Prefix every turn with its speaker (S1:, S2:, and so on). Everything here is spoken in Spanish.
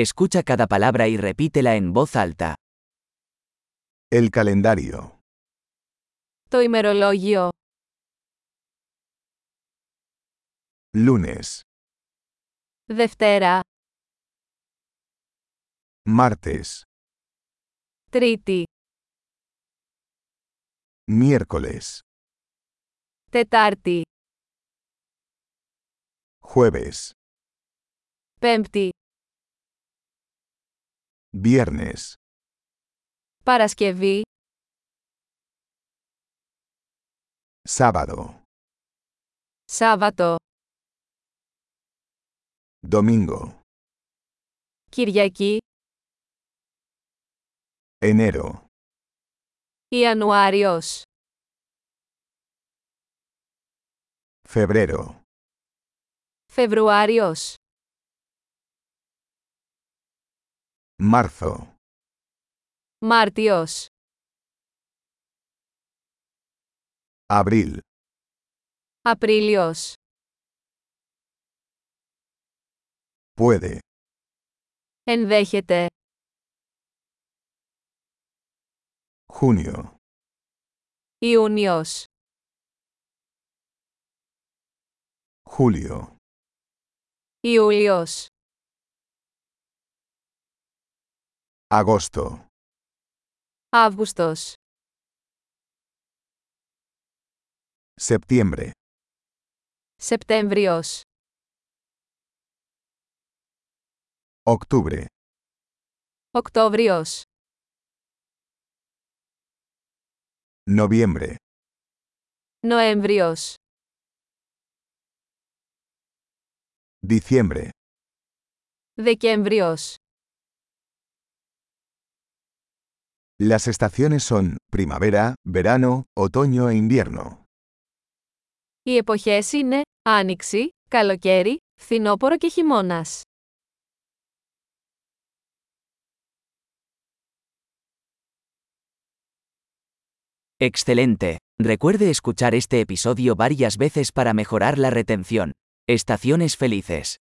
S1: Escucha cada palabra y repítela en voz alta.
S2: El calendario.
S3: Το ημερολόγιο.
S2: Lunes,
S3: Δευτέρα,
S2: martes,
S3: Τρίτη,
S2: miércoles,
S3: Τετάρτη,
S2: jueves,
S3: Πέμπτη,
S2: viernes,
S3: Παρασκευή,
S2: sábado,
S3: Σάββατο,
S2: domingo,
S3: Κυριακή,
S2: enero,
S3: Ιανουάριος,
S2: febrero,
S3: Φεβρουάριος,
S2: marzo,
S3: Μάρτιος,
S2: abril,
S3: Απρίλιος,
S2: puede,
S3: ενδέχεται,
S2: junio,
S3: Ιούνιος,
S2: julio,
S3: Ιούλιος,
S2: agosto,
S3: Αύγουστος,
S2: septiembre,
S3: Σεπτέμβριος,
S2: octubre,
S3: Οκτώβριος,
S2: noviembre,
S3: Νοέμβριος,
S2: diciembre,
S3: Δεκέμβριος.
S2: Las estaciones son primavera, verano, otoño e invierno.
S3: Οι εποχές είναι Άνοιξη, Καλοκαίρι, Φθινόπορο και Χειμώνας.
S1: Excelente. Recuerde escuchar este episodio varias veces para mejorar la retención. Estaciones felices.